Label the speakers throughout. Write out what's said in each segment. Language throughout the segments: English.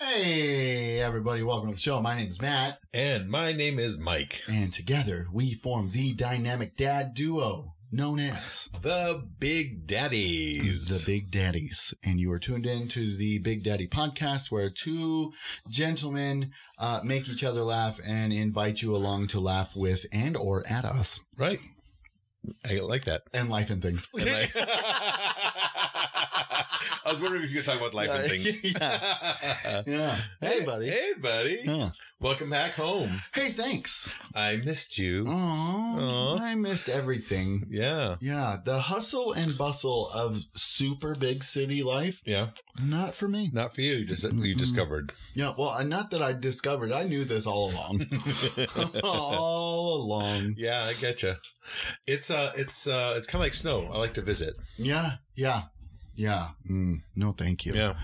Speaker 1: Hey, everybody, welcome to the show. My name's Matt,
Speaker 2: And my name is Mike,
Speaker 1: and together we form the dynamic dad duo known as
Speaker 2: the Big Daddies.
Speaker 1: the Big Daddies. And you are tuned in to the Big Daddy podcast, where two gentlemen uh, make each other laugh and invite you along to laugh with and or at us
Speaker 2: right? I like that.
Speaker 1: and life and things.
Speaker 2: And I- I was wondering if you could talk about life and things.
Speaker 1: Yeah. yeah. Hey, buddy.
Speaker 2: Hey, buddy.
Speaker 1: Yeah.
Speaker 2: Welcome back home.
Speaker 1: Hey, thanks.
Speaker 2: I missed you.
Speaker 1: Aw,
Speaker 2: Aw.
Speaker 1: I missed everything.
Speaker 2: Yeah.
Speaker 1: Yeah, the hustle and bustle of super big city life,
Speaker 2: Yeah.
Speaker 1: not for me.
Speaker 2: Not for you. You Just you
Speaker 1: Mhm.
Speaker 2: discovered.
Speaker 1: Yeah, well, and not that I discovered, I knew this all along. all along.
Speaker 2: yeah, I getcha. It's uh, it's uh, it's kind of like snow. I like to visit.
Speaker 1: Yeah, yeah, yeah. Mm, no, thank you.
Speaker 2: Yeah.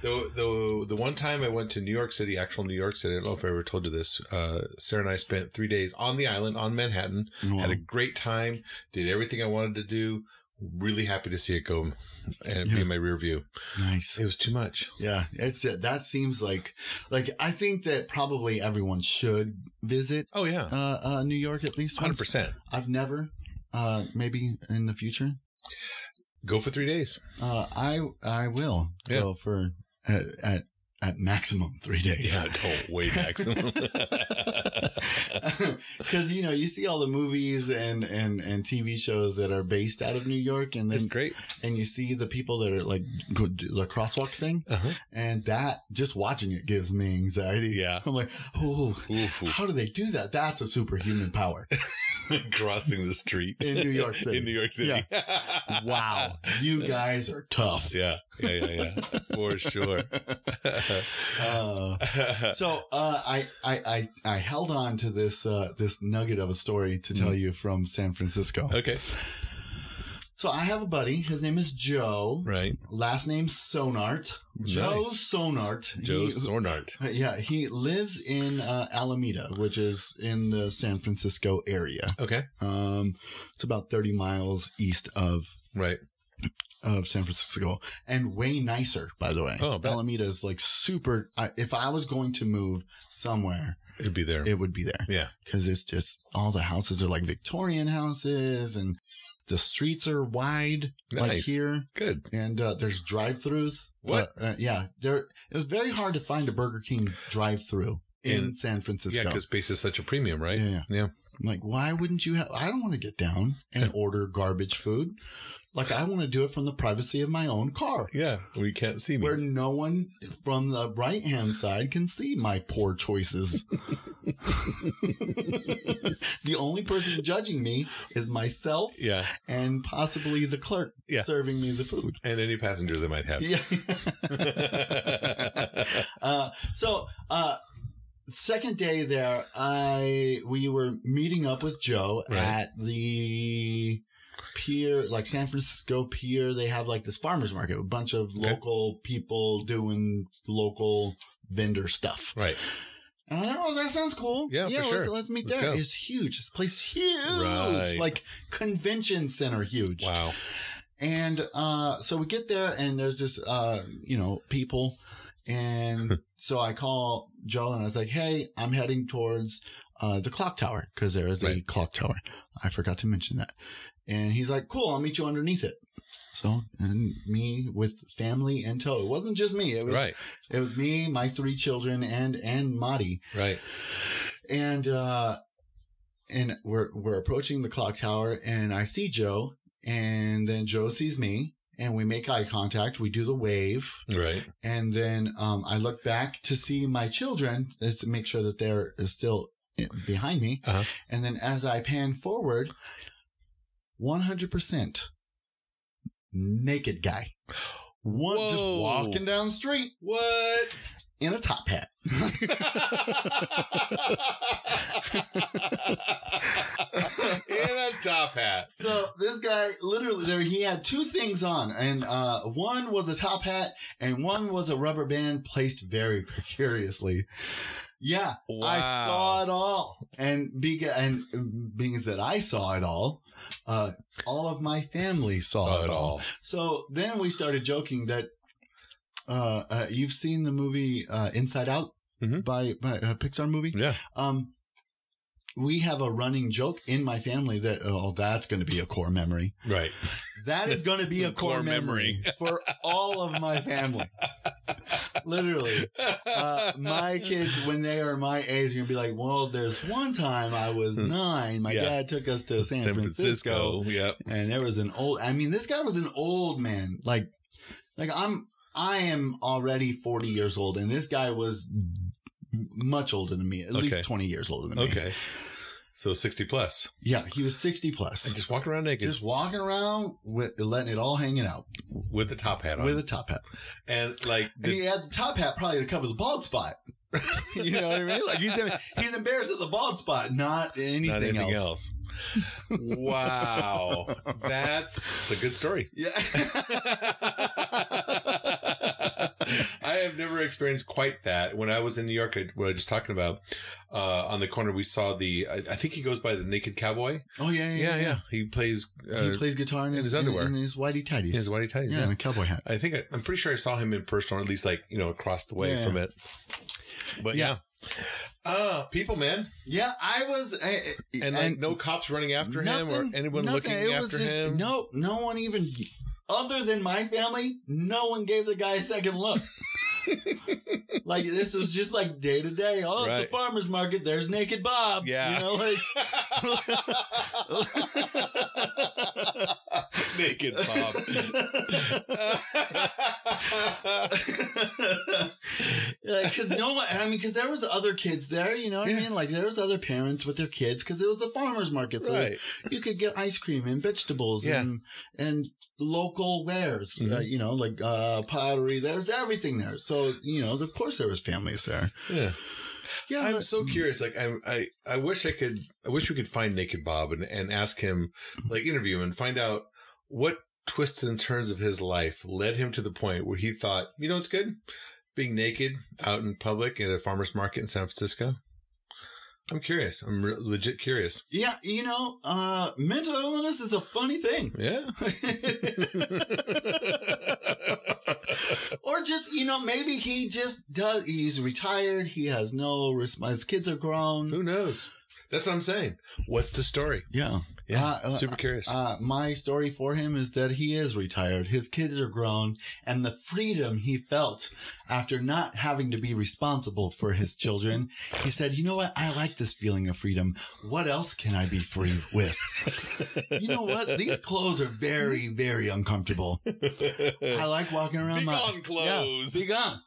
Speaker 2: The, the the one time I went to New York City, actual New York City, I don't know if I ever told you this. Uh, Sarah and I spent three days on the island, on Manhattan.
Speaker 1: Well,
Speaker 2: Had a great time. Did everything I wanted to do. Really happy to see it go and be
Speaker 1: Yeah.
Speaker 2: in my rear view.
Speaker 1: nice.
Speaker 2: It was too much.
Speaker 1: Yeah, it's that seems like like I think that probably everyone should visit
Speaker 2: Oh, yeah.
Speaker 1: uh, uh New York at least once.
Speaker 2: 100%.
Speaker 1: I've never uh maybe in the future.
Speaker 2: Go for three days.
Speaker 1: Uh, I I will
Speaker 2: Yeah.
Speaker 1: go for at, at at maximum three days.
Speaker 2: don't wait, maximum.
Speaker 1: Because you know you see all the movies and and and TV shows that are based out of New York, and
Speaker 2: That's
Speaker 1: then
Speaker 2: great.
Speaker 1: and you see the people that are like go do the crosswalk thing,
Speaker 2: Uh-huh.
Speaker 1: and that just watching it gives me anxiety.
Speaker 2: Yeah.
Speaker 1: I'm like, oh,
Speaker 2: Ooh,
Speaker 1: how do they do that? That's a superhuman power.
Speaker 2: crossing the street
Speaker 1: In New York City.
Speaker 2: In New York City.
Speaker 1: wow, you guys are tough.
Speaker 2: Yeah, yeah, yeah, yeah, for sure.
Speaker 1: Uh, so uh, I, I I I held on to this uh, this nugget of a story to tell you from San Francisco.
Speaker 2: okay,
Speaker 1: So I have a buddy. His name is Joe.
Speaker 2: right.
Speaker 1: Last name Sonart. Joe
Speaker 2: Nice.
Speaker 1: Sonart.
Speaker 2: Joe
Speaker 1: He-
Speaker 2: Sornart.
Speaker 1: yeah, he lives in uh, Alameda, which is in the San Francisco area.
Speaker 2: Okay,
Speaker 1: Um, it's about thirty miles east of
Speaker 2: right.
Speaker 1: of San Francisco, and way nicer, by the way.
Speaker 2: Oh, I bet.
Speaker 1: Alameda is like super. I, if I was going to move somewhere,
Speaker 2: It'd be there.
Speaker 1: it would be there
Speaker 2: yeah,
Speaker 1: because it's just all the houses are like Victorian houses, and the streets are wide, like
Speaker 2: Nice.
Speaker 1: here
Speaker 2: good.
Speaker 1: and uh, there's drive-throughs.
Speaker 2: What?
Speaker 1: Uh, uh, yeah, there. It was very hard to find a Burger King drive-through in,
Speaker 2: In-
Speaker 1: San
Speaker 2: Yeah,
Speaker 1: Francisco.
Speaker 2: because space is such a premium, right?
Speaker 1: Yeah, yeah.
Speaker 2: yeah.
Speaker 1: I'm like, why wouldn't you have? I don't want to get down and order garbage food. Like, I want to do it from the privacy of my own car,
Speaker 2: Yeah, we can't see me.
Speaker 1: where no one from the right-hand side can see my poor choices. the only person judging me is myself
Speaker 2: yeah,
Speaker 1: and possibly the clerk
Speaker 2: Yeah.
Speaker 1: serving me the food.
Speaker 2: and any passengers I might have.
Speaker 1: Yeah. Uh, so uh second day there i we were meeting up with joe
Speaker 2: Right.
Speaker 1: at the pier like san francisco pier they have like this farmers market a bunch of
Speaker 2: Okay.
Speaker 1: local people doing local vendor stuff
Speaker 2: right.
Speaker 1: and I thought, oh that sounds cool
Speaker 2: Yeah, for
Speaker 1: let's,
Speaker 2: sure.
Speaker 1: let's meet
Speaker 2: Let's
Speaker 1: there
Speaker 2: go.
Speaker 1: it's huge this place is huge
Speaker 2: Right.
Speaker 1: like convention center huge
Speaker 2: Wow.
Speaker 1: and uh, so we get there, and there's this, uh, you know, people. And so I call Joel, and I was like, "Hey, I'm heading towards uh, the clock tower because there is a
Speaker 2: Right.
Speaker 1: clock tower. I forgot to mention that." And he's like, "Cool, I'll meet you underneath it." So and me with family in tow. It wasn't just me. It was
Speaker 2: Right.
Speaker 1: it was me, my three children, and and Madi
Speaker 2: Right.
Speaker 1: and uh and we're we're approaching the clock tower and i see joe and then joe sees me and we make eye contact we do the wave
Speaker 2: Right.
Speaker 1: and then um i look back to see my children just to make sure that they're still i- behind me
Speaker 2: Uh-huh.
Speaker 1: and then as i pan forward 100% naked guy one just
Speaker 2: Whoa.
Speaker 1: walking down the street
Speaker 2: What?
Speaker 1: in a top hat.
Speaker 2: in a top hat.
Speaker 1: So this guy literally there he had two things on, and uh, one was a top hat and one was a rubber band placed very precariously. Yeah, I saw it all, and being and being as that I saw it all, uh, all of my family saw, it, all. So then we started joking that uh, uh, you've seen the movie uh, Inside Out
Speaker 2: Mhm.
Speaker 1: by by uh, Pixar movie.
Speaker 2: Yeah.
Speaker 1: Um, we have a running joke in my family that oh, that's going to be a core memory.
Speaker 2: Right.
Speaker 1: That is going to be a core,
Speaker 2: Core
Speaker 1: memory, for all of my family. Literally, uh, my kids when they are my age are going to be like, well, there's one time I was
Speaker 2: Hmm.
Speaker 1: nine. My
Speaker 2: Yeah.
Speaker 1: dad took us to San, Francisco
Speaker 2: Yep.
Speaker 1: and there was an old i mean this guy was an old man like like i'm i am already 40 years old and this guy was much older than me at
Speaker 2: Okay.
Speaker 1: least 20 years older than me
Speaker 2: Okay. So 60 plus.
Speaker 1: yeah he was 60
Speaker 2: And
Speaker 1: plus
Speaker 2: just walk around naked
Speaker 1: just walking around with letting it all hanging out
Speaker 2: with a top hat on.
Speaker 1: with a top hat
Speaker 2: and like,
Speaker 1: and he
Speaker 2: did,
Speaker 1: had the top hat probably to cover the bald spot you know what i mean like he's, he's embarrassed at the bald spot not anything,
Speaker 2: not anything
Speaker 1: else.
Speaker 2: else. wow. That's a good story.
Speaker 1: yeah
Speaker 2: I have never experienced quite that. When I was in New York, I, what I was just talking about, uh, on the corner, we saw the, I, I think he goes by the Naked Cowboy.
Speaker 1: oh yeah yeah yeah,
Speaker 2: He plays, uh,
Speaker 1: he plays guitar in
Speaker 2: in
Speaker 1: his,
Speaker 2: his underwear.
Speaker 1: in, his whitey tighties
Speaker 2: his whitey tighties.
Speaker 1: yeah,
Speaker 2: Yeah.
Speaker 1: and a cowboy hat
Speaker 2: I think I, I'm pretty sure I saw him in person or at least like, you know, across the way
Speaker 1: Yeah.
Speaker 2: from it. But yeah. Uh, people, man.
Speaker 1: Yeah, I was, I, I-
Speaker 2: And, like no cops running after him or
Speaker 1: nothing-
Speaker 2: anyone
Speaker 1: nothing.
Speaker 2: looking after him.
Speaker 1: No, no one even, other than my family, no one gave the guy a second look. like this was just like day to day. Oh, it's
Speaker 2: Right.
Speaker 1: a farmer's market. There's naked Bob.
Speaker 2: Yeah.
Speaker 1: you know, like
Speaker 2: Naked Bob.
Speaker 1: because no one. I mean, because there was other kids there. You know what I
Speaker 2: Yeah.
Speaker 1: mean? Like there was other parents with their kids because it was a farmer's market. So
Speaker 2: right.
Speaker 1: you could get ice cream and vegetables
Speaker 2: Yeah.
Speaker 1: and and local wares uh,
Speaker 2: Mhm.
Speaker 1: you know like uh pottery there's everything there so you know of course there was families there
Speaker 2: Yeah.
Speaker 1: yeah
Speaker 2: I'm
Speaker 1: but-
Speaker 2: so curious. Like I'm, I, I wish I could. I wish we could find Naked Bob and, and ask him, like, interview him and find out what twists and turns of his life led him to the point where he thought, you know, it's good being naked out in public at a farmer's market in San Francisco. I'm curious. I'm re- legit curious.
Speaker 1: yeah you know uh mental illness is a funny thing
Speaker 2: Yeah.
Speaker 1: or just you know maybe he just does he's retired he has no resp- his kids are grown
Speaker 2: Who knows? That's what I'm saying. What's the story?
Speaker 1: yeah
Speaker 2: Yeah.
Speaker 1: Uh, uh,
Speaker 2: super curious.
Speaker 1: Uh, my story for him is that he is retired. His kids are grown, and the freedom he felt after not having to be responsible for his children, he said, "You know what? I like this feeling of freedom. What else can I be free with? you know what? These clothes are very, very uncomfortable. I like walking around
Speaker 2: Be
Speaker 1: my
Speaker 2: gone, clothes.
Speaker 1: Yeah, be gone."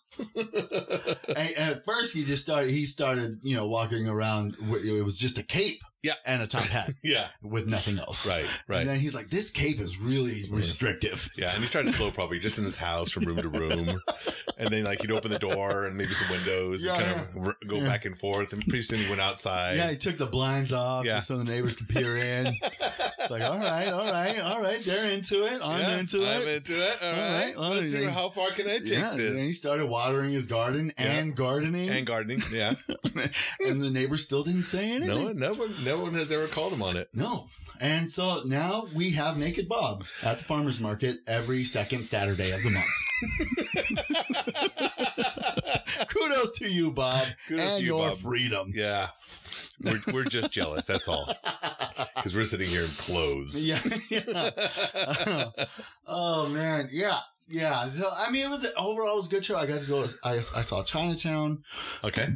Speaker 1: And at first, he just started. He started, you know, walking around. w- It was just a cape,
Speaker 2: Yeah.
Speaker 1: and a top hat
Speaker 2: yeah.
Speaker 1: with nothing else,
Speaker 2: Right. Right.
Speaker 1: and then he's like, this cape is really restrictive.
Speaker 2: Yeah, and he's trying to slow probably just in his house from room to room, and then like he'd open the door and maybe some windows
Speaker 1: Yeah,
Speaker 2: and kind of r- go
Speaker 1: Yeah.
Speaker 2: back and forth, and pretty soon he went outside.
Speaker 1: yeah, he took the blinds off
Speaker 2: Yeah.
Speaker 1: just so the neighbors could peer in. it's like, all right, all right, all right, they're into it. I'm
Speaker 2: Yeah,
Speaker 1: into
Speaker 2: I'm
Speaker 1: it.
Speaker 2: into it. All
Speaker 1: All right,
Speaker 2: right.
Speaker 1: well,
Speaker 2: let's see
Speaker 1: then-
Speaker 2: how far can I take
Speaker 1: yeah, and he
Speaker 2: this
Speaker 1: started watering his garden
Speaker 2: Yeah.
Speaker 1: and gardening,
Speaker 2: and
Speaker 1: and,
Speaker 2: gardening. Yeah,
Speaker 1: the neighbors still didn't say anything.
Speaker 2: no one, no one, no one has ever called him on it.
Speaker 1: No. And so now we have Naked Bob at the farmer's market every second Saturday of the month. Kudos to you, Bob,
Speaker 2: Kudos
Speaker 1: and
Speaker 2: to you,
Speaker 1: your
Speaker 2: Bob.
Speaker 1: freedom.
Speaker 2: Yeah, we're we're just jealous. That's all, because we're sitting here in clothes.
Speaker 1: Yeah, yeah. oh man, yeah, yeah. So, I mean, it was overall it was a good show. I got to go. I, I saw Chinatown.
Speaker 2: Okay.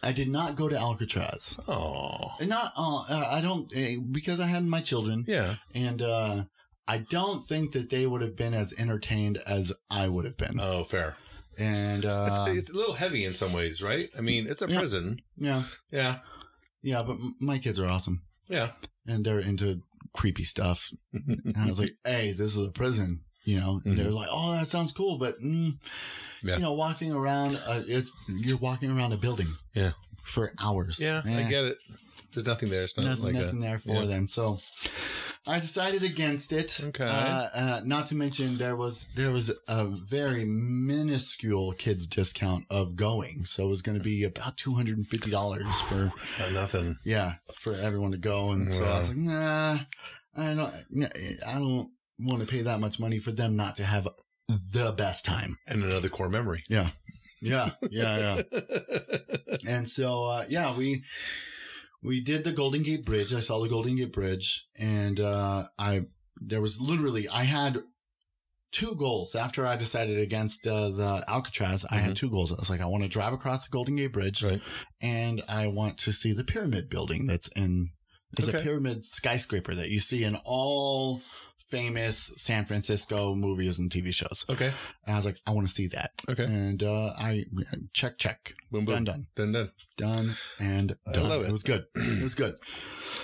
Speaker 1: I did not go to Alcatraz.
Speaker 2: Oh.
Speaker 1: And Not. Uh, uh, I don't eh, because I had my children,
Speaker 2: Yeah.
Speaker 1: and uh, I don't think that they would have been as entertained as I would have been.
Speaker 2: Oh, fair.
Speaker 1: and uh,
Speaker 2: it's, it's a little heavy in some ways, right? I mean, it's a
Speaker 1: Yeah.
Speaker 2: prison.
Speaker 1: yeah,
Speaker 2: Yeah.
Speaker 1: yeah. But m- my kids are awesome,
Speaker 2: Yeah.
Speaker 1: and they're into creepy stuff. And I was like, "Hey, this is a prison. you know, and they're like, "Oh, that sounds cool," but mm,
Speaker 2: Mm-hmm. Yeah.
Speaker 1: you know, walking around, uh, it's you're walking around a building,
Speaker 2: Yeah.
Speaker 1: for hours.
Speaker 2: Yeah, I
Speaker 1: Eh,
Speaker 2: get it. There's nothing there. It's not
Speaker 1: nothing,
Speaker 2: like
Speaker 1: nothing
Speaker 2: a,
Speaker 1: there for
Speaker 2: yeah.
Speaker 1: them. So, I decided against it.
Speaker 2: Okay.
Speaker 1: Uh, uh, not to mention there was there was a very minuscule kids discount of going, so it was going to be about two hundred and fifty dollars for
Speaker 2: It's not nothing.
Speaker 1: yeah for everyone to go and so i was like nah i don't nah, i don't want to pay that much money for them not to have the best time
Speaker 2: And another core memory.
Speaker 1: yeah yeah
Speaker 2: yeah.
Speaker 1: yeah and so uh yeah we we did the golden gate bridge i saw the golden gate bridge and uh i there was literally i had two goals after i decided against uh, the alcatraz i had two goals i was like i want to drive across the golden gate bridge
Speaker 2: Mm-hmm. Right.
Speaker 1: and i want to see the pyramid building that's in there's a
Speaker 2: Okay.
Speaker 1: pyramid skyscraper that you see in all famous san francisco movies and tv shows
Speaker 2: Okay.
Speaker 1: and i was like i want to see that
Speaker 2: Okay.
Speaker 1: and uh, i check check
Speaker 2: Boom, boom.
Speaker 1: done done
Speaker 2: Done, done.
Speaker 1: done and
Speaker 2: I
Speaker 1: done
Speaker 2: love it.
Speaker 1: it was good it was good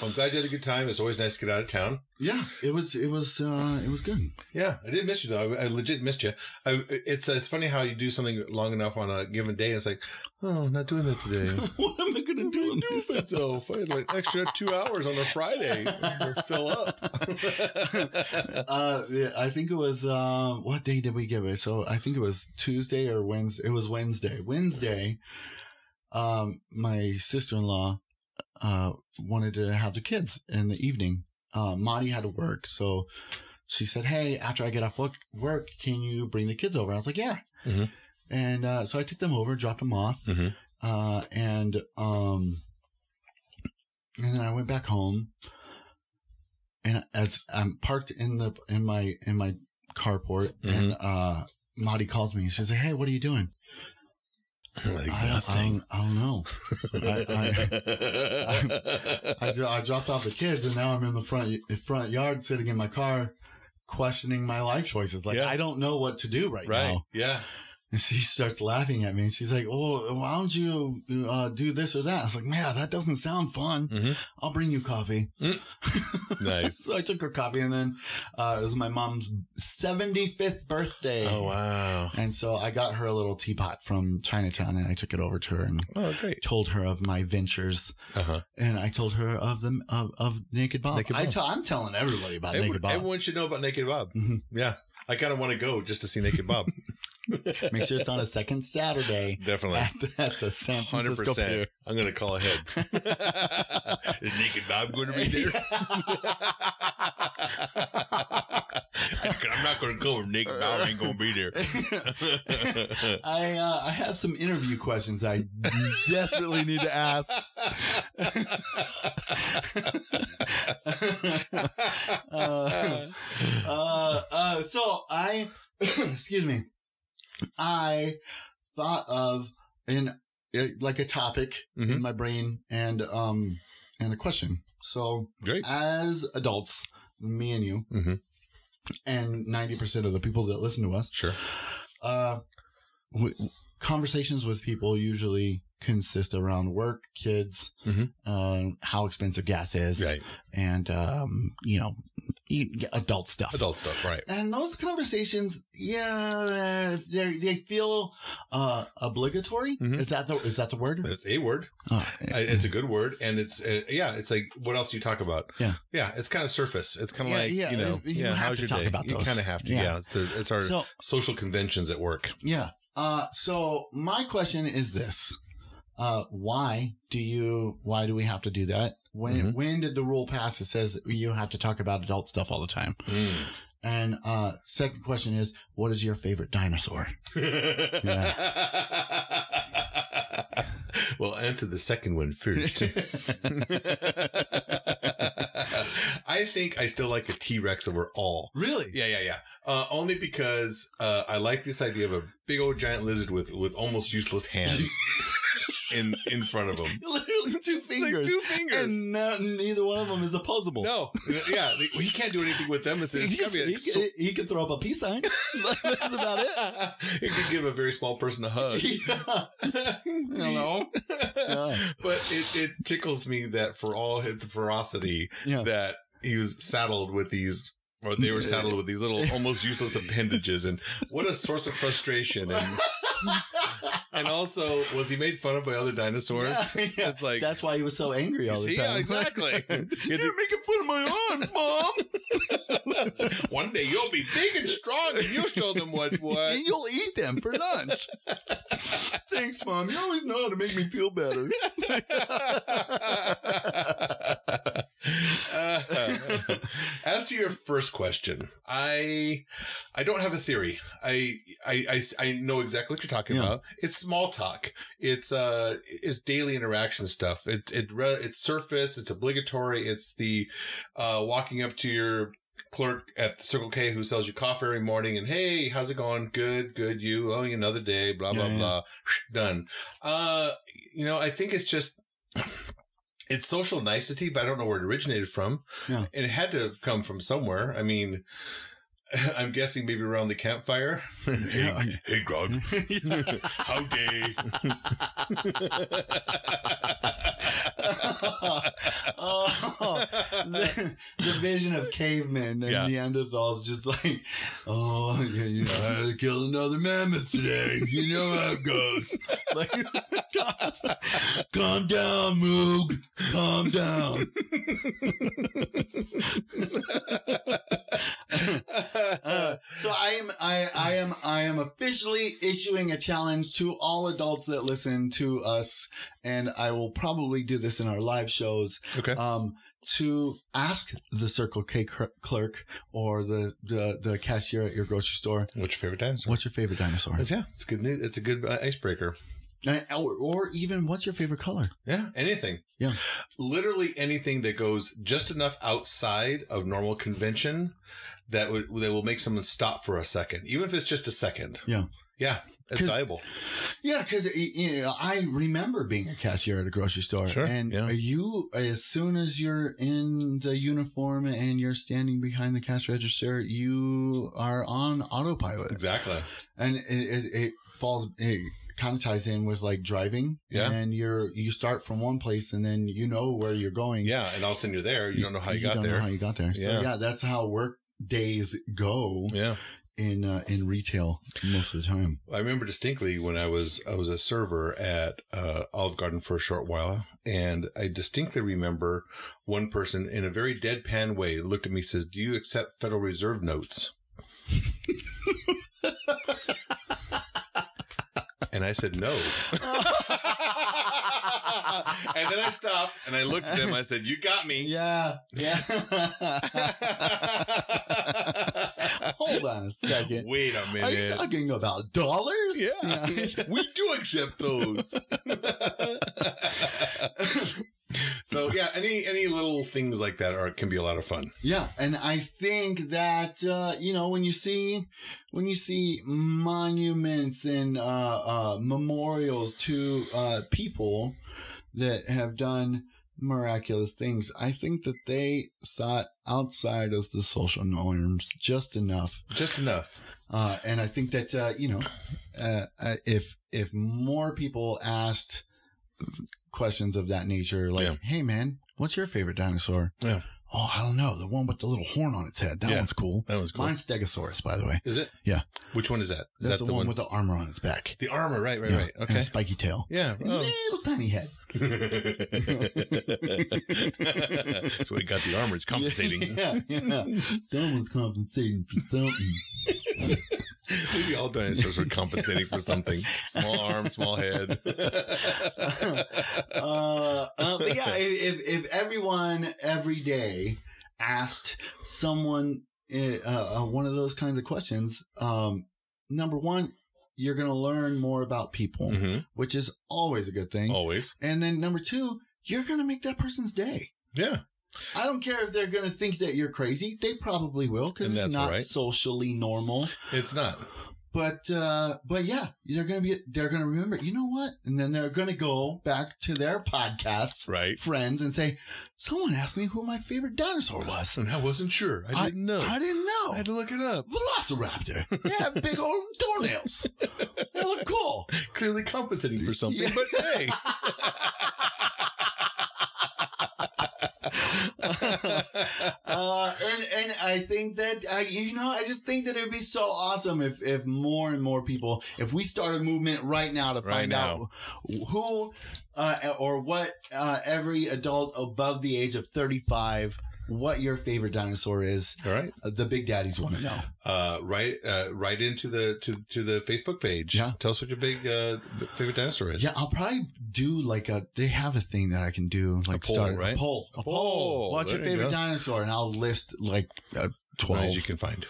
Speaker 2: I'm glad you had a good time. It's always nice to get out of town.
Speaker 1: yeah it was it was uh it was good
Speaker 2: Yeah, I did miss you though. I, I legit missed you. I, it's uh, it's funny how you do something long enough on a given day. And it's like, oh, not doing that today.
Speaker 1: what am i gonna do on
Speaker 2: Do myself. I had like extra two hours on a Friday to fill up.
Speaker 1: uh, yeah, I think it was uh, what day did we give it? So I think it was Tuesday or Wednesday. It was Wednesday. Wednesday, um, my sister in law uh, wanted to have the kids in the evening. Uh, Monty had to work, so she said, "Hey, after I get off work, work, can you bring the kids over?" I was like, "Yeah,"
Speaker 2: Mhm.
Speaker 1: and uh, so I took them over, dropped them off,
Speaker 2: Mhm.
Speaker 1: uh, and um, and then I went back home and as I'm parked in the in my in my carport,
Speaker 2: Mm-hmm.
Speaker 1: and uh, Marty calls me. and She's like, "Hey, what are you doing?"
Speaker 2: like
Speaker 1: I, don't- I don't, I don't know. I, I, I, dro- I dropped off the kids, and now I'm in the front front yard, sitting in my car, questioning my life choices. Like
Speaker 2: Yeah.
Speaker 1: I don't know what to do right,
Speaker 2: right.
Speaker 1: now.
Speaker 2: Yeah.
Speaker 1: And she starts laughing at me, and she's like, "Oh, why don't you uh, do this or that?" I was like, "Man, that doesn't sound fun."
Speaker 2: Mm-hmm.
Speaker 1: I'll bring you coffee.
Speaker 2: Nice.
Speaker 1: So I took her coffee, and then uh, it was my mom's 75th birthday.
Speaker 2: Oh wow.
Speaker 1: And so I got her a little teapot from Chinatown and I took it over to her and
Speaker 2: Oh great.
Speaker 1: told her of my ventures.
Speaker 2: Uh huh.
Speaker 1: And I told her of the of, of Naked Bob.
Speaker 2: Naked
Speaker 1: I
Speaker 2: Bob.
Speaker 1: t- I'm telling everybody about
Speaker 2: Everyone,
Speaker 1: Naked Bob.
Speaker 2: everyone should know about Naked Bob.
Speaker 1: Mhm.
Speaker 2: Yeah. I kind of want to go just to see Naked Bob.
Speaker 1: Make sure it's on a second Saturday.
Speaker 2: Definitely.
Speaker 1: At, that's a San
Speaker 2: Hundred
Speaker 1: Francisco fair.
Speaker 2: percent. I'm gonna call ahead. Is Naked Bob going to be there? I'm not gonna go. if Naked Bob ain't gonna be there.
Speaker 1: I uh, I have some interview questions I desperately need to ask. Uh, uh, uh, so I, excuse me, I thought of an uh, like a topic
Speaker 2: Mhm.
Speaker 1: in my brain and um and a question. So
Speaker 2: Great.
Speaker 1: as adults, me and you,
Speaker 2: Mhm.
Speaker 1: and ninety percent of the people that listen to us,
Speaker 2: Sure.
Speaker 1: uh, w- conversations with people usually consist around work, kids,
Speaker 2: Mhm.
Speaker 1: uh, how expensive gas is,
Speaker 2: Right.
Speaker 1: and um, you know, e- adult stuff.
Speaker 2: Adult stuff. Right.
Speaker 1: And those conversations, yeah, they they feel uh, obligatory.
Speaker 2: Mhm.
Speaker 1: Is that the is that the word?
Speaker 2: That's a word.
Speaker 1: Oh,
Speaker 2: I- It's a good word, and it's uh, yeah. It's like what else do you talk about?
Speaker 1: Yeah.
Speaker 2: Yeah. It's kind of surface. It's kind of
Speaker 1: Yeah,
Speaker 2: like
Speaker 1: yeah,
Speaker 2: you know.
Speaker 1: you
Speaker 2: yeah.
Speaker 1: have
Speaker 2: how's
Speaker 1: to
Speaker 2: your
Speaker 1: talk
Speaker 2: day?
Speaker 1: about
Speaker 2: you
Speaker 1: those.
Speaker 2: kind of have to.
Speaker 1: Yeah.
Speaker 2: Yeah. It's, the, it's our
Speaker 1: so
Speaker 2: social conventions at work.
Speaker 1: yeah. Uh, so my question is this: uh, Why do you? Why do we have to do that? When
Speaker 2: Mhm.
Speaker 1: when did the rule pass that says you have to talk about adult stuff all the time?
Speaker 2: Mm.
Speaker 1: And uh, second question is, what is your favorite dinosaur?
Speaker 2: well, answer the second one first. I think I still like a T Rex over all.
Speaker 1: Really?
Speaker 2: Yeah, yeah, yeah. Uh, only because uh, I like this idea of a big old giant lizard with with almost useless hands in in front of him.
Speaker 1: Literally two fingers.
Speaker 2: two fingers.
Speaker 1: And no, neither one of them is opposable.
Speaker 2: no, yeah, they- he can't do anything with them. It's, it's
Speaker 1: he,
Speaker 2: gotta
Speaker 1: can,
Speaker 2: be a,
Speaker 1: he, can, he can throw up a peace sign. That's about it.
Speaker 2: it could give a very small person a hug.
Speaker 1: Yeah. Hello. Yeah.
Speaker 2: But it, it tickles me that for all his ferocity
Speaker 1: Yeah.
Speaker 2: that he was saddled with these or they were saddled with these little almost useless appendages and what a source of frustration and and also was he made fun of by other dinosaurs
Speaker 1: Yeah,
Speaker 2: it's like
Speaker 1: That's why he was so angry all the
Speaker 2: See, yeah,
Speaker 1: time.
Speaker 2: exactly.
Speaker 1: You're making fun of my arms, mom.
Speaker 2: one day you'll be big and strong and you'll show them what's what
Speaker 1: and you'll eat them for lunch. Thanks, mom. You always know how to make me feel better.
Speaker 2: Uh, as to your first question, I I don't have a theory. I I, I, I know exactly what you're talking
Speaker 1: Yeah.
Speaker 2: about. It's small talk. It's uh it's daily interaction stuff. It it re- it's surface. It's obligatory. It's the uh, walking up to your clerk at the Circle K who sells you coffee every morning and hey, how's it going? Good, good. You owing another day. Blah blah
Speaker 1: Yeah, yeah.
Speaker 2: blah. Done. Uh, you know, I think it's just it's social nicety, but I don't know where it originated from.
Speaker 1: Yeah.
Speaker 2: And it had to have come from somewhere. I mean, I'm guessing maybe around the campfire.
Speaker 1: Yeah.
Speaker 2: hey, Grog. How day.
Speaker 1: oh, the, the vision of cavemen and
Speaker 2: Yeah.
Speaker 1: Neanderthals just like, oh, yeah, you know how to kill another mammoth today. You know how it goes. Like, calm down, Moog. Calm down. Uh, so I am I I am I am officially issuing a challenge to all adults that listen to us, and I will probably do this in our live shows.
Speaker 2: okay.
Speaker 1: Um, to ask the Circle K cr- clerk or the, the the cashier at your grocery store,
Speaker 2: What's your favorite dinosaur?
Speaker 1: what's your favorite dinosaur,
Speaker 2: It's- yeah, it's good news. It's a good uh, icebreaker.
Speaker 1: And- or, or even what's your favorite color?
Speaker 2: Yeah, anything.
Speaker 1: Yeah.
Speaker 2: literally anything that goes just enough outside of normal convention that would that will make someone stop for a second, even if it's just a second.
Speaker 1: Yeah.
Speaker 2: yeah, it's
Speaker 1: 'Cause-
Speaker 2: valuable.
Speaker 1: Yeah, because you know, I remember being a cashier at a grocery store,
Speaker 2: Sure,
Speaker 1: and
Speaker 2: yeah.
Speaker 1: you, as soon as you're in the uniform and you're standing behind the cash register, you are on autopilot,
Speaker 2: Exactly.
Speaker 1: and it, it, it falls. It, kind of ties in with like driving
Speaker 2: Yeah.
Speaker 1: and you're you start from one place and then you know where you're going
Speaker 2: Yeah, and all of a sudden you're there. You don't know how you, got
Speaker 1: don't know
Speaker 2: there.
Speaker 1: how you got there so
Speaker 2: Yeah.
Speaker 1: yeah, that's how work days go
Speaker 2: yeah.
Speaker 1: in uh, in retail most of the time
Speaker 2: I remember distinctly when I was I was a server at uh, Olive Garden for a short while, and I distinctly remember one person in a very deadpan way looked at me and says, "Do you accept Federal Reserve notes?" and I said no. and then I stopped and I looked at them. I said, "You got me."
Speaker 1: yeah yeah Hold on a second.
Speaker 2: Wait a
Speaker 1: Are you
Speaker 2: minute.
Speaker 1: talking about dollars?
Speaker 2: we do accept those. so yeah, any any little things like that are can be a lot of fun.
Speaker 1: Yeah, and I think that uh, you know when you see when you see monuments and uh, uh, memorials to uh, people that have done miraculous things, I think that they thought outside of the social norms just enough
Speaker 2: Just enough.
Speaker 1: Uh, and I think that uh, you know, uh, uh, if if more people asked questions of that nature, like,
Speaker 2: Yeah.
Speaker 1: "Hey, man, what's your favorite dinosaur?"
Speaker 2: Yeah.
Speaker 1: Oh, I don't know. The one with the little horn on its head. That
Speaker 2: Yeah.
Speaker 1: one's cool.
Speaker 2: That was cool.
Speaker 1: Mine's Stegosaurus, by the way.
Speaker 2: is it?
Speaker 1: Yeah.
Speaker 2: Which one is that? Is
Speaker 1: That's
Speaker 2: that
Speaker 1: the, one, with the armor on its back.
Speaker 2: the armor? Right, right,
Speaker 1: Yeah,
Speaker 2: right.
Speaker 1: And
Speaker 2: Okay.
Speaker 1: a spiky tail.
Speaker 2: Yeah.
Speaker 1: And a
Speaker 2: Oh.
Speaker 1: Little tiny head.
Speaker 2: That's what he got the armor. It's compensating.
Speaker 1: yeah, yeah. Someone's compensating for something.
Speaker 2: Maybe all dinosaurs are compensating for something. Small arm, small head.
Speaker 1: uh, uh, but yeah, if, if if everyone every day asked someone uh, uh, one of those kinds of questions, um, number one, you're going to learn more about people,
Speaker 2: Mhm.
Speaker 1: which is always a good thing.
Speaker 2: Always.
Speaker 1: And then number two, you're going to make that person's day.
Speaker 2: Yeah.
Speaker 1: I don't care if they're going to think that you're crazy. They probably will
Speaker 2: And
Speaker 1: because it's
Speaker 2: that's all
Speaker 1: not
Speaker 2: right.
Speaker 1: socially normal.
Speaker 2: It's not.
Speaker 1: But uh but yeah, they're gonna be they're gonna remember, you know what? And then they're gonna go back to their podcasts
Speaker 2: Right.
Speaker 1: friends and say, Someone asked me who my favorite dinosaur was.
Speaker 2: And I wasn't sure. I didn't know.
Speaker 1: I didn't know.
Speaker 2: I had to look it up.
Speaker 1: Velociraptor. They have big old toenails. They look cool.
Speaker 2: Clearly compensating for something,
Speaker 1: Yeah.
Speaker 2: but hey.
Speaker 1: uh, and and I think that I, you know, I just think that it would be so awesome if if more and more people, if we start a movement right now to
Speaker 2: Right
Speaker 1: find
Speaker 2: now.
Speaker 1: out who uh, or what uh, every adult above the age of thirty five, what your favorite dinosaur is,
Speaker 2: All right.
Speaker 1: uh, the big daddies want to know.
Speaker 2: Uh, right, uh, right into the to to the Facebook page.
Speaker 1: Yeah.
Speaker 2: Tell us what your big uh, favorite dinosaur is.
Speaker 1: Yeah, I'll probably do like a. They have a thing that I can do, like
Speaker 2: poll,
Speaker 1: start
Speaker 2: right?
Speaker 1: a poll.
Speaker 2: A
Speaker 1: A
Speaker 2: poll.
Speaker 1: poll. What's
Speaker 2: There
Speaker 1: your
Speaker 2: you
Speaker 1: favorite
Speaker 2: go.
Speaker 1: dinosaur? And I'll list like uh,
Speaker 2: As many
Speaker 1: twelve.
Speaker 2: as you can find.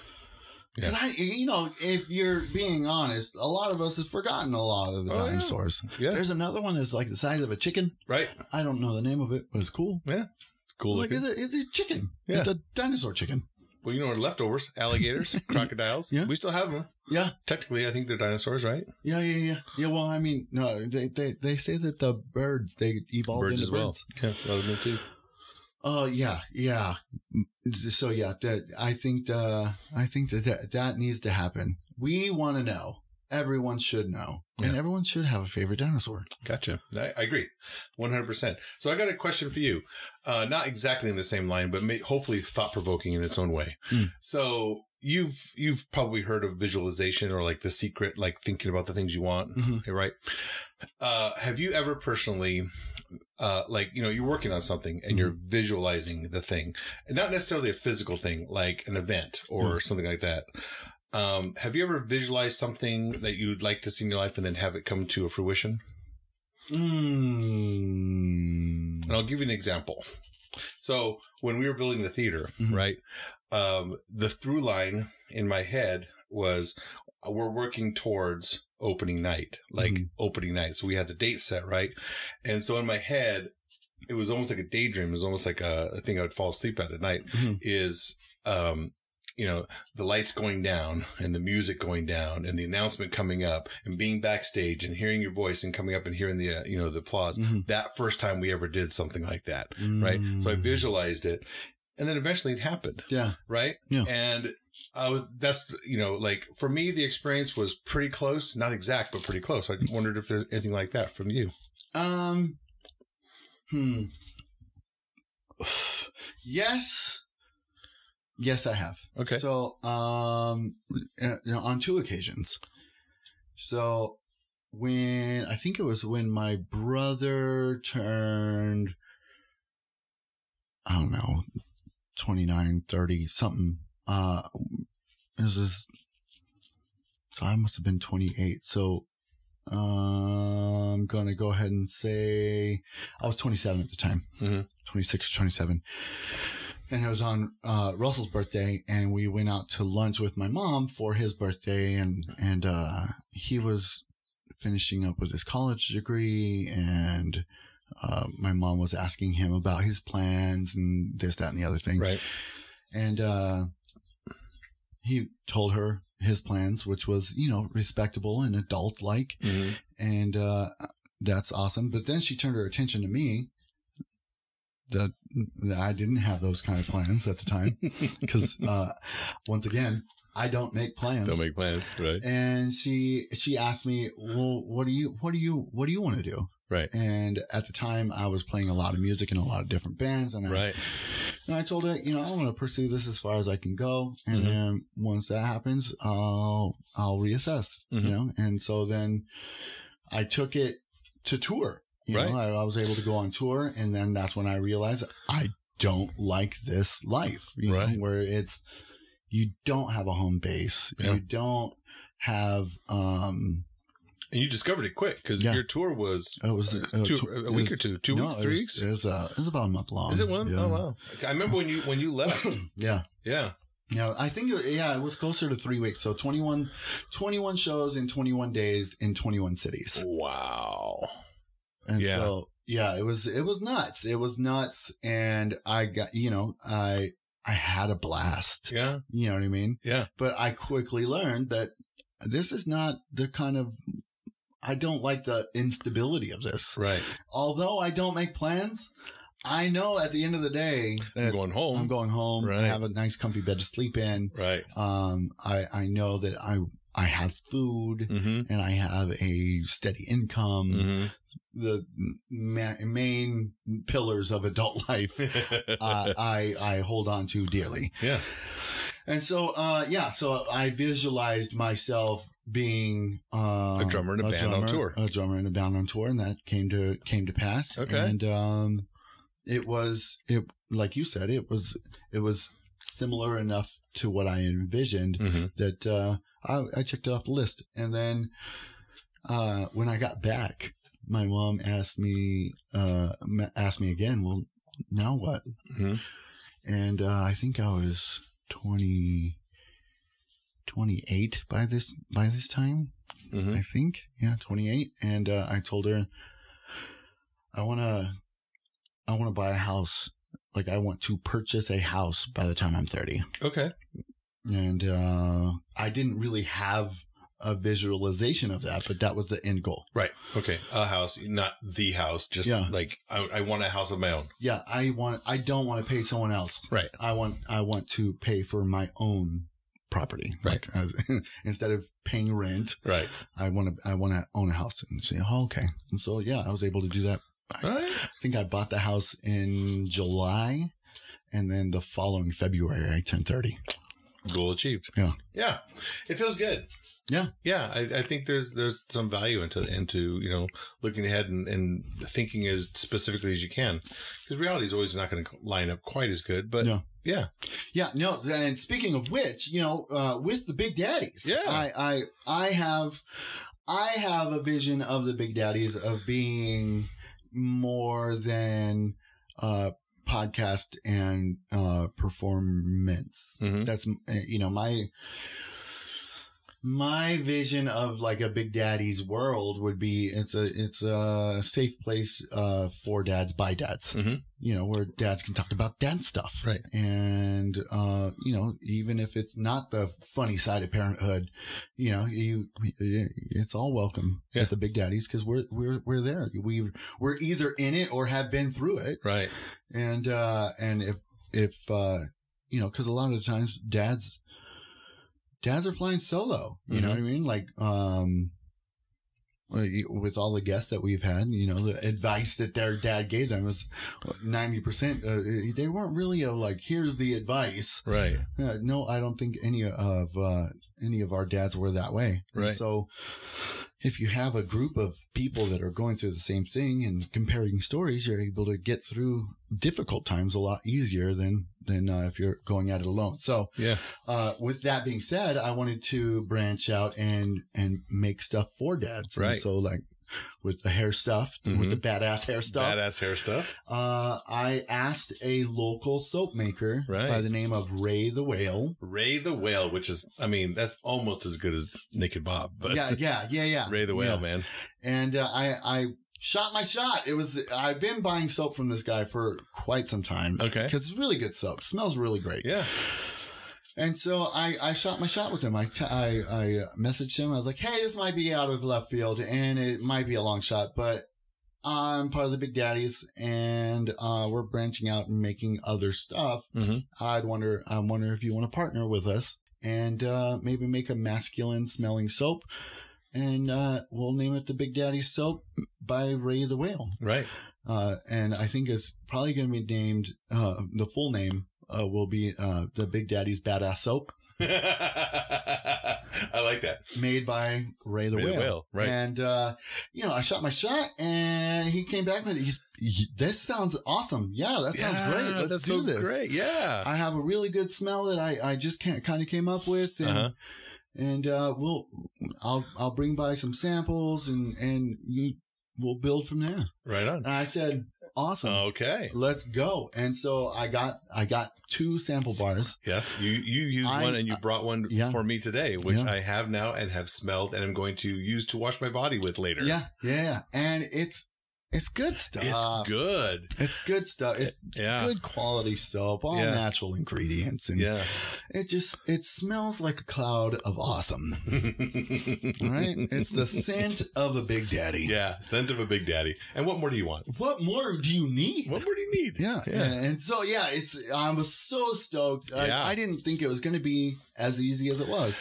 Speaker 2: Yeah.
Speaker 1: Because I, you know, if you're being honest, a lot of us have forgotten a lot of the
Speaker 2: Oh, yeah.
Speaker 1: dinosaurs.
Speaker 2: Yeah.
Speaker 1: There's another one that's like the size of a chicken.
Speaker 2: Right.
Speaker 1: I don't know the name of it, but it's cool.
Speaker 2: It's cool
Speaker 1: like
Speaker 2: looking.
Speaker 1: it's a, it's a chicken.
Speaker 2: Yeah.
Speaker 1: It's a dinosaur chicken.
Speaker 2: Well, you know, our leftovers, alligators, crocodiles.
Speaker 1: Yeah.
Speaker 2: We still have them.
Speaker 1: Yeah.
Speaker 2: Technically, I think they're dinosaurs, right?
Speaker 1: Yeah, yeah, yeah. Yeah, well, I mean, no, they they, they say that the birds they evolved
Speaker 2: Birds
Speaker 1: into
Speaker 2: as well.
Speaker 1: birds.
Speaker 2: Yeah, love them too.
Speaker 1: Oh yeah, yeah. Mm, So yeah, that I think uh I think that that, that needs to happen. We want to know. Everyone should know, and everyone should have a favorite dinosaur.
Speaker 2: Gotcha. I, I agree, one hundred percent. So I got a question for you, uh, not exactly in the same line, but may, hopefully thought provoking in its own way.
Speaker 1: Mm.
Speaker 2: So you've you've probably heard of visualization or like the secret, like thinking about the things you want,
Speaker 1: Mhm.
Speaker 2: right? Uh, have you ever personally? Uh, like you know, you're working on something and you're visualizing the thing, and not necessarily a physical thing, like an event or something like that. Um, have you ever visualized something that you'd like to see in your life and then have it come to a fruition?
Speaker 1: Mm.
Speaker 2: And I'll give you an example. So when we were building the theater,
Speaker 1: Mhm.
Speaker 2: right, um, the through line in my head was uh, we're working towards opening night, like
Speaker 1: Mhm.
Speaker 2: opening night. So we had the date set, right? And so in my head, it was almost like a daydream. It was almost like a, a thing I would fall asleep at at night
Speaker 1: Mhm.
Speaker 2: is um you know the lights going down and the music going down and the announcement coming up and being backstage and hearing your voice and coming up and hearing the uh, you know the applause
Speaker 1: Mhm.
Speaker 2: that first time we ever did something like that right so i
Speaker 1: Mm.
Speaker 2: visualized it and then eventually it happened
Speaker 1: Yeah.
Speaker 2: right
Speaker 1: Yeah.
Speaker 2: and i was that's you know like for me the experience was pretty close not exact but pretty close i wondered if there's anything like that from you
Speaker 1: Um. Hmm. Yes. Yes, I have.
Speaker 2: Okay.
Speaker 1: So, um, uh, you know, on two occasions. So, when I think it was when my brother turned, I don't know, 29, 30, something. Uh, this is, so I must have been 28. So, uh, I'm going to go ahead and say I was 27 at the time,
Speaker 2: Mhm.
Speaker 1: 26 or 27. And it was on uh, Russell's birthday, and we went out to lunch with my mom for his birthday, and and uh, he was finishing up with his college degree, and uh, my mom was asking him about his plans and this, that, and the other thing
Speaker 2: right
Speaker 1: and uh, he told her his plans, which was you know respectable and adult like,
Speaker 2: Mm-hmm.
Speaker 1: and uh, that's awesome. But then she turned her attention to me. That, that I didn't have those kind of plans at the time because uh, once again, I don't make plans.
Speaker 2: don't make plans right
Speaker 1: and she she asked me, "Well, what do you what do you what do you want to do?"
Speaker 2: right
Speaker 1: And at the time, I was playing a lot of music in a lot of different bands, and I
Speaker 2: right
Speaker 1: and I told her, you know, I want to pursue this as far as I can go, and
Speaker 2: Mhm.
Speaker 1: then once that happens, I'll I'll reassess,
Speaker 2: Mhm.
Speaker 1: you know. And so then I took it to tour. You
Speaker 2: Right.
Speaker 1: know, I, I was able to go on tour, and then that's when I realized I don't like this life, you
Speaker 2: Right.
Speaker 1: know, where it's you don't have a home base,
Speaker 2: Yeah.
Speaker 1: you don't have um,
Speaker 2: and you discovered it quick because
Speaker 1: Yeah.
Speaker 2: your tour was
Speaker 1: it was uh,
Speaker 2: two,
Speaker 1: tw-
Speaker 2: a
Speaker 1: it
Speaker 2: week
Speaker 1: was-
Speaker 2: or two, two
Speaker 1: no,
Speaker 2: weeks,
Speaker 1: it
Speaker 2: three
Speaker 1: was-
Speaker 2: weeks.
Speaker 1: It was, uh, it was about a month long.
Speaker 2: Is it one?
Speaker 1: Yeah.
Speaker 2: Oh wow! I remember when you when you left.
Speaker 1: yeah.
Speaker 2: yeah,
Speaker 1: Yeah, I think, it- yeah, it was closer to three weeks. So 21, 21 shows in 21 days in 21 cities.
Speaker 2: wow.
Speaker 1: And
Speaker 2: Yeah.
Speaker 1: so, yeah, it was, it was nuts. It was nuts. And I got, you know, I, I had a blast.
Speaker 2: Yeah,
Speaker 1: You know what I mean?
Speaker 2: Yeah.
Speaker 1: But I quickly learned that this is not the kind of, I don't like the instability of this.
Speaker 2: right.
Speaker 1: Although I don't make plans, I know at the end of the day
Speaker 2: I'm
Speaker 1: that
Speaker 2: going home.
Speaker 1: Uh, I'm going home.
Speaker 2: Right.
Speaker 1: I have a nice comfy bed to sleep in
Speaker 2: right.
Speaker 1: um, I I know that I I have food
Speaker 2: Mm-hmm.
Speaker 1: and I have a steady income.
Speaker 2: Mm-hmm.
Speaker 1: The ma- main pillars of adult life.
Speaker 2: Mm-hmm.
Speaker 1: uh, I I hold on to dearly.
Speaker 2: yeah.
Speaker 1: And so, uh, yeah, so I visualized myself being uh,
Speaker 2: A drummer in a band on tour.
Speaker 1: a drummer in a band on tour, and that came to came to pass.
Speaker 2: Okay.
Speaker 1: and um, it was it like you said, it was it was similar enough to what I envisioned
Speaker 2: Mm-hmm.
Speaker 1: that uh, I, I checked it off the list. And then uh, when I got back, my mom asked me uh, ma- asked me again. Well, now what?
Speaker 2: Mhm.
Speaker 1: And uh, I think I was 20, 28 by this by this time.
Speaker 2: Mm-hmm.
Speaker 1: I think yeah, twenty eight. And uh, I told her I wanna I wanna buy a house. Like I want to purchase a house by the time I'm thirty
Speaker 2: Okay.
Speaker 1: and uh, I didn't really have a visualization of that, but that was the end goal.
Speaker 2: Right. Okay. A house, not the house. Just
Speaker 1: Yeah.
Speaker 2: like I, I want a house of my own.
Speaker 1: Yeah, I want. I don't want to pay someone else.
Speaker 2: Right.
Speaker 1: I want. I want to pay for my own property.
Speaker 2: Right.
Speaker 1: Like, as, instead of paying rent,
Speaker 2: Right.
Speaker 1: I want to. I want to own a house and say, oh, okay. And so yeah, I was able to do that.
Speaker 2: All right.
Speaker 1: I think I bought the house in July, and then the following February I turned thirty.
Speaker 2: Goal achieved.
Speaker 1: Yeah.
Speaker 2: Yeah. It feels good.
Speaker 1: Yeah.
Speaker 2: Yeah. I, I think there's there's some value into into you know looking ahead and, and thinking as specifically as you can because reality is always not going to line up quite as good. But
Speaker 1: Yeah.
Speaker 2: yeah.
Speaker 1: Yeah, no. And speaking of which, you know, uh, with the Big Daddies,
Speaker 2: Yeah.
Speaker 1: I, I, I have, I have a vision of the Big Daddies of being more than uh, podcast and uh, performance.
Speaker 2: Mm-hmm.
Speaker 1: That's uh, you know my my vision of like a Big Daddy's world would be it's a it's a safe place uh, for dads by dads
Speaker 2: Mhm.
Speaker 1: you know, where dads can talk about dad stuff.
Speaker 2: Right.
Speaker 1: And, uh, you know, even if it's not the funny side of parenthood, you know, you, it's all welcome
Speaker 2: Yeah.
Speaker 1: at the big daddies because we're, we're, we're there. We, we're either in it or have been through it.
Speaker 2: Right.
Speaker 1: And, uh, and if, if, uh, you know, cause a lot of times dads, dads are flying solo. You know
Speaker 2: Mhm.
Speaker 1: what I mean? Like, um, like, with all the guests that we've had, you know, the advice that their dad gave them was ninety percent. Uh, they weren't really a, like, here's the advice.
Speaker 2: Right.
Speaker 1: Uh, no, I don't think any of uh, any of our dads were that way. And
Speaker 2: Right.
Speaker 1: so, if you have a group of people that are going through the same thing and comparing stories, you're able to get through difficult times a lot easier than than uh, if you're going at it alone. So,
Speaker 2: Yeah.
Speaker 1: uh, with that being said, I wanted to branch out and and make stuff for dads. And
Speaker 2: Right.
Speaker 1: so like with the hair stuff, with
Speaker 2: Mhm.
Speaker 1: the badass hair stuff.
Speaker 2: Badass hair stuff.
Speaker 1: Uh, I asked a local soap maker
Speaker 2: Right.
Speaker 1: by the name of Ray the Whale.
Speaker 2: Ray the whale, which is I mean that's almost as good as Naked Bob, but
Speaker 1: yeah, yeah, yeah, yeah.
Speaker 2: Ray the whale,
Speaker 1: Yeah.
Speaker 2: man.
Speaker 1: And uh, I I shot my shot. It was I've been buying soap from this guy for quite some time.
Speaker 2: Okay.
Speaker 1: Because it's really good soap. Smells really great.
Speaker 2: Yeah.
Speaker 1: And so I, I shot my shot with him. I, t- I, I messaged him. I was like, hey, this might be out of left field and it might be a long shot, but I'm part of the Big Daddies and uh, we're branching out and making other stuff.
Speaker 2: Mhm.
Speaker 1: I'd wonder, I wonder if you want to partner with us and uh, maybe make a masculine smelling soap. And uh, we'll name it the Big Daddy Soap by Ray the Whale.
Speaker 2: Right.
Speaker 1: Uh, and I think it's probably going to be named, uh, the full name uh, will be uh, the Big Daddy's Badass Soap
Speaker 2: I like that.
Speaker 1: made by Ray the
Speaker 2: Ray the
Speaker 1: Whale.
Speaker 2: Whale, right.
Speaker 1: And, uh, you know, I shot my shot and he came back with it. He's, he- this sounds awesome. Yeah, that sounds
Speaker 2: Yeah,
Speaker 1: great. Let's
Speaker 2: that's
Speaker 1: do
Speaker 2: so
Speaker 1: this.
Speaker 2: Great. Yeah.
Speaker 1: I have a really good smell that I, I just can't kind of came up with. And,
Speaker 2: Uh-huh.
Speaker 1: and, uh, we'll, I'll, I'll bring by some samples and, and you, we'll build from there.
Speaker 2: Right on.
Speaker 1: And I said, awesome.
Speaker 2: Oh, Okay.
Speaker 1: Let's go. And so I got, I got two sample bars.
Speaker 2: Yes, you you used
Speaker 1: I- uh,
Speaker 2: one and you brought one
Speaker 1: yeah.
Speaker 2: for me today, which
Speaker 1: Yeah.
Speaker 2: I have now and have smelled and I'm going to use to wash my body with later.
Speaker 1: Yeah. Yeah. And it's, it's good stuff.
Speaker 2: it's good.
Speaker 1: It's good stuff. It's
Speaker 2: Yeah,
Speaker 1: good quality soap, all
Speaker 2: Yeah.
Speaker 1: natural ingredients, and
Speaker 2: yeah.
Speaker 1: it just it smells like a cloud of awesome. All right, it's the scent of a big daddy.
Speaker 2: yeah, scent of a big daddy. And what more do you want?
Speaker 1: What more do you need?
Speaker 2: What more do you need?
Speaker 1: Yeah,
Speaker 2: yeah.
Speaker 1: and so yeah, it's I was so stoked. Like,
Speaker 2: Yeah.
Speaker 1: I didn't think it was going to be as easy as it was.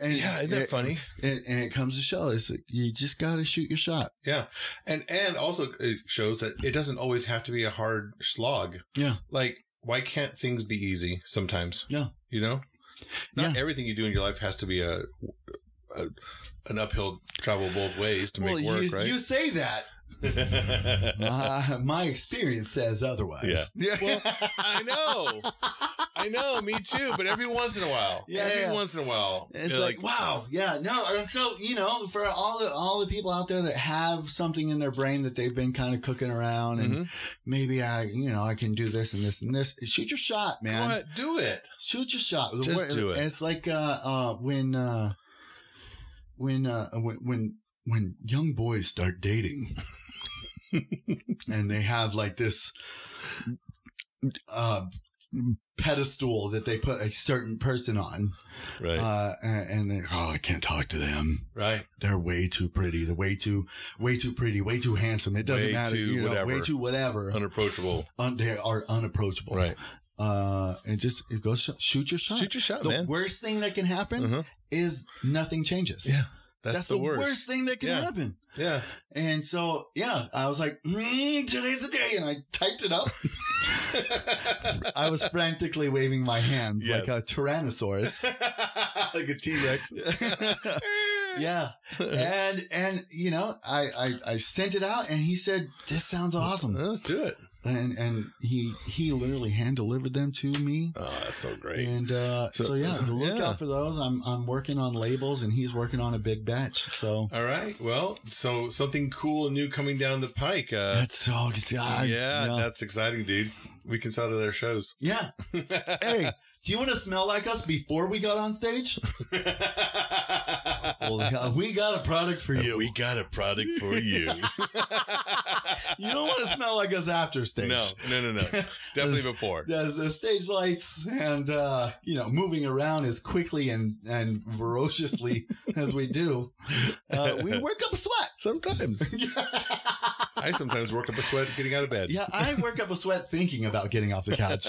Speaker 1: And
Speaker 2: yeah, isn't that
Speaker 1: it-
Speaker 2: funny?
Speaker 1: And, and it comes to show is that you just got to shoot your shot.
Speaker 2: Yeah, and and also it shows that it doesn't always have to be a hard slog.
Speaker 1: Yeah.
Speaker 2: like why can't things be easy sometimes?
Speaker 1: Yeah.
Speaker 2: you know, not
Speaker 1: Yeah.
Speaker 2: everything you do in your life has to be a, a an uphill travel both ways to make work,
Speaker 1: you,
Speaker 2: right?
Speaker 1: you say that. Uh, my experience says otherwise. Yeah.
Speaker 2: Well, I know, I know, me too. But every once in a while,
Speaker 1: Yeah,
Speaker 2: every
Speaker 1: yeah.
Speaker 2: once in a while,
Speaker 1: It's
Speaker 2: you're
Speaker 1: like, wow, yeah, no, and so you know, for all the all the people out there that have something in their brain that they've been kind of cooking around, and
Speaker 2: mhm.
Speaker 1: maybe I, you know, I can do this and this and this. Shoot your shot, man.
Speaker 2: What? Do it.
Speaker 1: Shoot your shot.
Speaker 2: Just
Speaker 1: What-
Speaker 2: do it.
Speaker 1: It's like uh, uh, when uh, when uh, when when when young boys start dating, and they have like this uh, pedestal that they put a certain person on,
Speaker 2: Right.
Speaker 1: uh, and, and they oh, I can't talk to them.
Speaker 2: right.
Speaker 1: They're way too pretty. They're way too, way too pretty. Way too handsome. It doesn't
Speaker 2: Way
Speaker 1: matter.
Speaker 2: too
Speaker 1: you know, Way
Speaker 2: whatever.
Speaker 1: too whatever.
Speaker 2: Unapproachable.
Speaker 1: Un- they are unapproachable.
Speaker 2: Right.
Speaker 1: Uh, and just it goes sh- shoot your shot.
Speaker 2: Shoot your shot,
Speaker 1: the
Speaker 2: man.
Speaker 1: worst thing that can happen
Speaker 2: Uh-huh.
Speaker 1: is nothing changes.
Speaker 2: Yeah. That's, the, worst.
Speaker 1: thing that can
Speaker 2: Yeah.
Speaker 1: happen.
Speaker 2: Yeah.
Speaker 1: And so, yeah, I was like, mm, today's the day. And I typed it up. I was frantically waving my hands
Speaker 2: Yes.
Speaker 1: like a Tyrannosaurus.
Speaker 2: like a T Rex.
Speaker 1: yeah. And, and, you know, I, I, I sent it out and he said, this sounds awesome.
Speaker 2: Let's do it.
Speaker 1: And, and he, he literally hand delivered them to me.
Speaker 2: Oh, that's so great.
Speaker 1: And uh, so,
Speaker 2: So-
Speaker 1: yeah, look
Speaker 2: yeah.
Speaker 1: out for those. I'm I'm working on labels, and he's working on a big batch. So
Speaker 2: All right. Well, so something cool and new coming down the pike. Uh,
Speaker 1: that's so
Speaker 2: yeah,
Speaker 1: exciting.
Speaker 2: that's exciting, dude. We can sell to their shows.
Speaker 1: yeah. Hey, do you want to smell like us before we got on stage? Well, yeah, we got a product for you.
Speaker 2: We got a product for you.
Speaker 1: You don't want to smell like us after stage.
Speaker 2: no, no, no, no. Definitely before.
Speaker 1: The, the stage lights and uh, you know moving around as quickly and and ferociously as we do, uh, we work up a sweat.
Speaker 2: Sometimes. I sometimes work up a sweat getting out of bed.
Speaker 1: Yeah, I work up a sweat thinking about getting off the couch.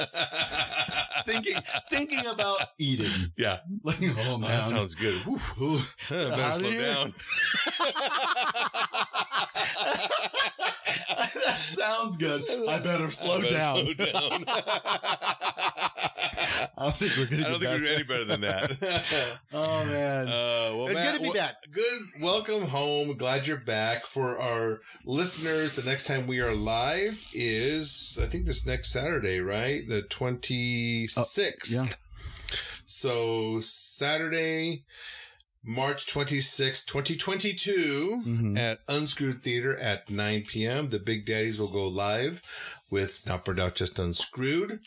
Speaker 1: thinking thinking about eating.
Speaker 2: Yeah.
Speaker 1: Like, oh man.
Speaker 2: that sounds good. Woo.
Speaker 1: Oof, oof.
Speaker 2: Huh,
Speaker 1: Outta
Speaker 2: better slow
Speaker 1: here.
Speaker 2: down.
Speaker 1: that sounds good. I better slow
Speaker 2: Better
Speaker 1: down.
Speaker 2: Slow down. I
Speaker 1: I don't think we're gonna
Speaker 2: don't
Speaker 1: get back.
Speaker 2: think we're any better than that.
Speaker 1: Oh man.
Speaker 2: Uh, well,
Speaker 1: it's
Speaker 2: Matt,
Speaker 1: good to be
Speaker 2: wh-
Speaker 1: back.
Speaker 2: Good. Welcome home. Glad you're back. For our listeners, the next time we are live is, I think, this next Saturday, right? The 26th.
Speaker 1: Oh, yeah.
Speaker 2: So, Saturday, March 26th, 2022
Speaker 1: Mhm.
Speaker 2: at Unscrewed Theater at 9 p.m. The Big Daddies will go live with Not Burned Out, Just Unscrewed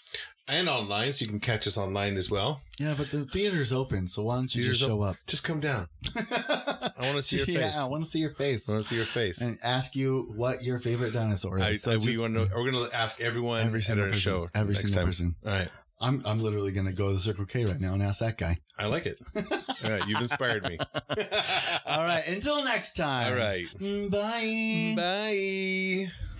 Speaker 2: and online. So you can catch us online as well.
Speaker 1: Yeah, but the theater's open, so why don't you
Speaker 2: Theater's
Speaker 1: just show up?
Speaker 2: Just come down. I want to see your
Speaker 1: yeah,
Speaker 2: face.
Speaker 1: I want to see your face
Speaker 2: I want to see your face.
Speaker 1: and ask you what your favorite dinosaur is.
Speaker 2: I,
Speaker 1: So
Speaker 2: I-
Speaker 1: just
Speaker 2: we want to. We're going to ask everyone
Speaker 1: every
Speaker 2: at
Speaker 1: single
Speaker 2: our
Speaker 1: person,
Speaker 2: show
Speaker 1: Every
Speaker 2: next
Speaker 1: single
Speaker 2: time.
Speaker 1: person.
Speaker 2: All right,
Speaker 1: I'm I'm literally gonna go to the Circle K right now and ask that guy.
Speaker 2: I like it. All right, you've inspired me.
Speaker 1: All right. Until next time.
Speaker 2: All right,
Speaker 1: Mm, Bye.
Speaker 2: bye.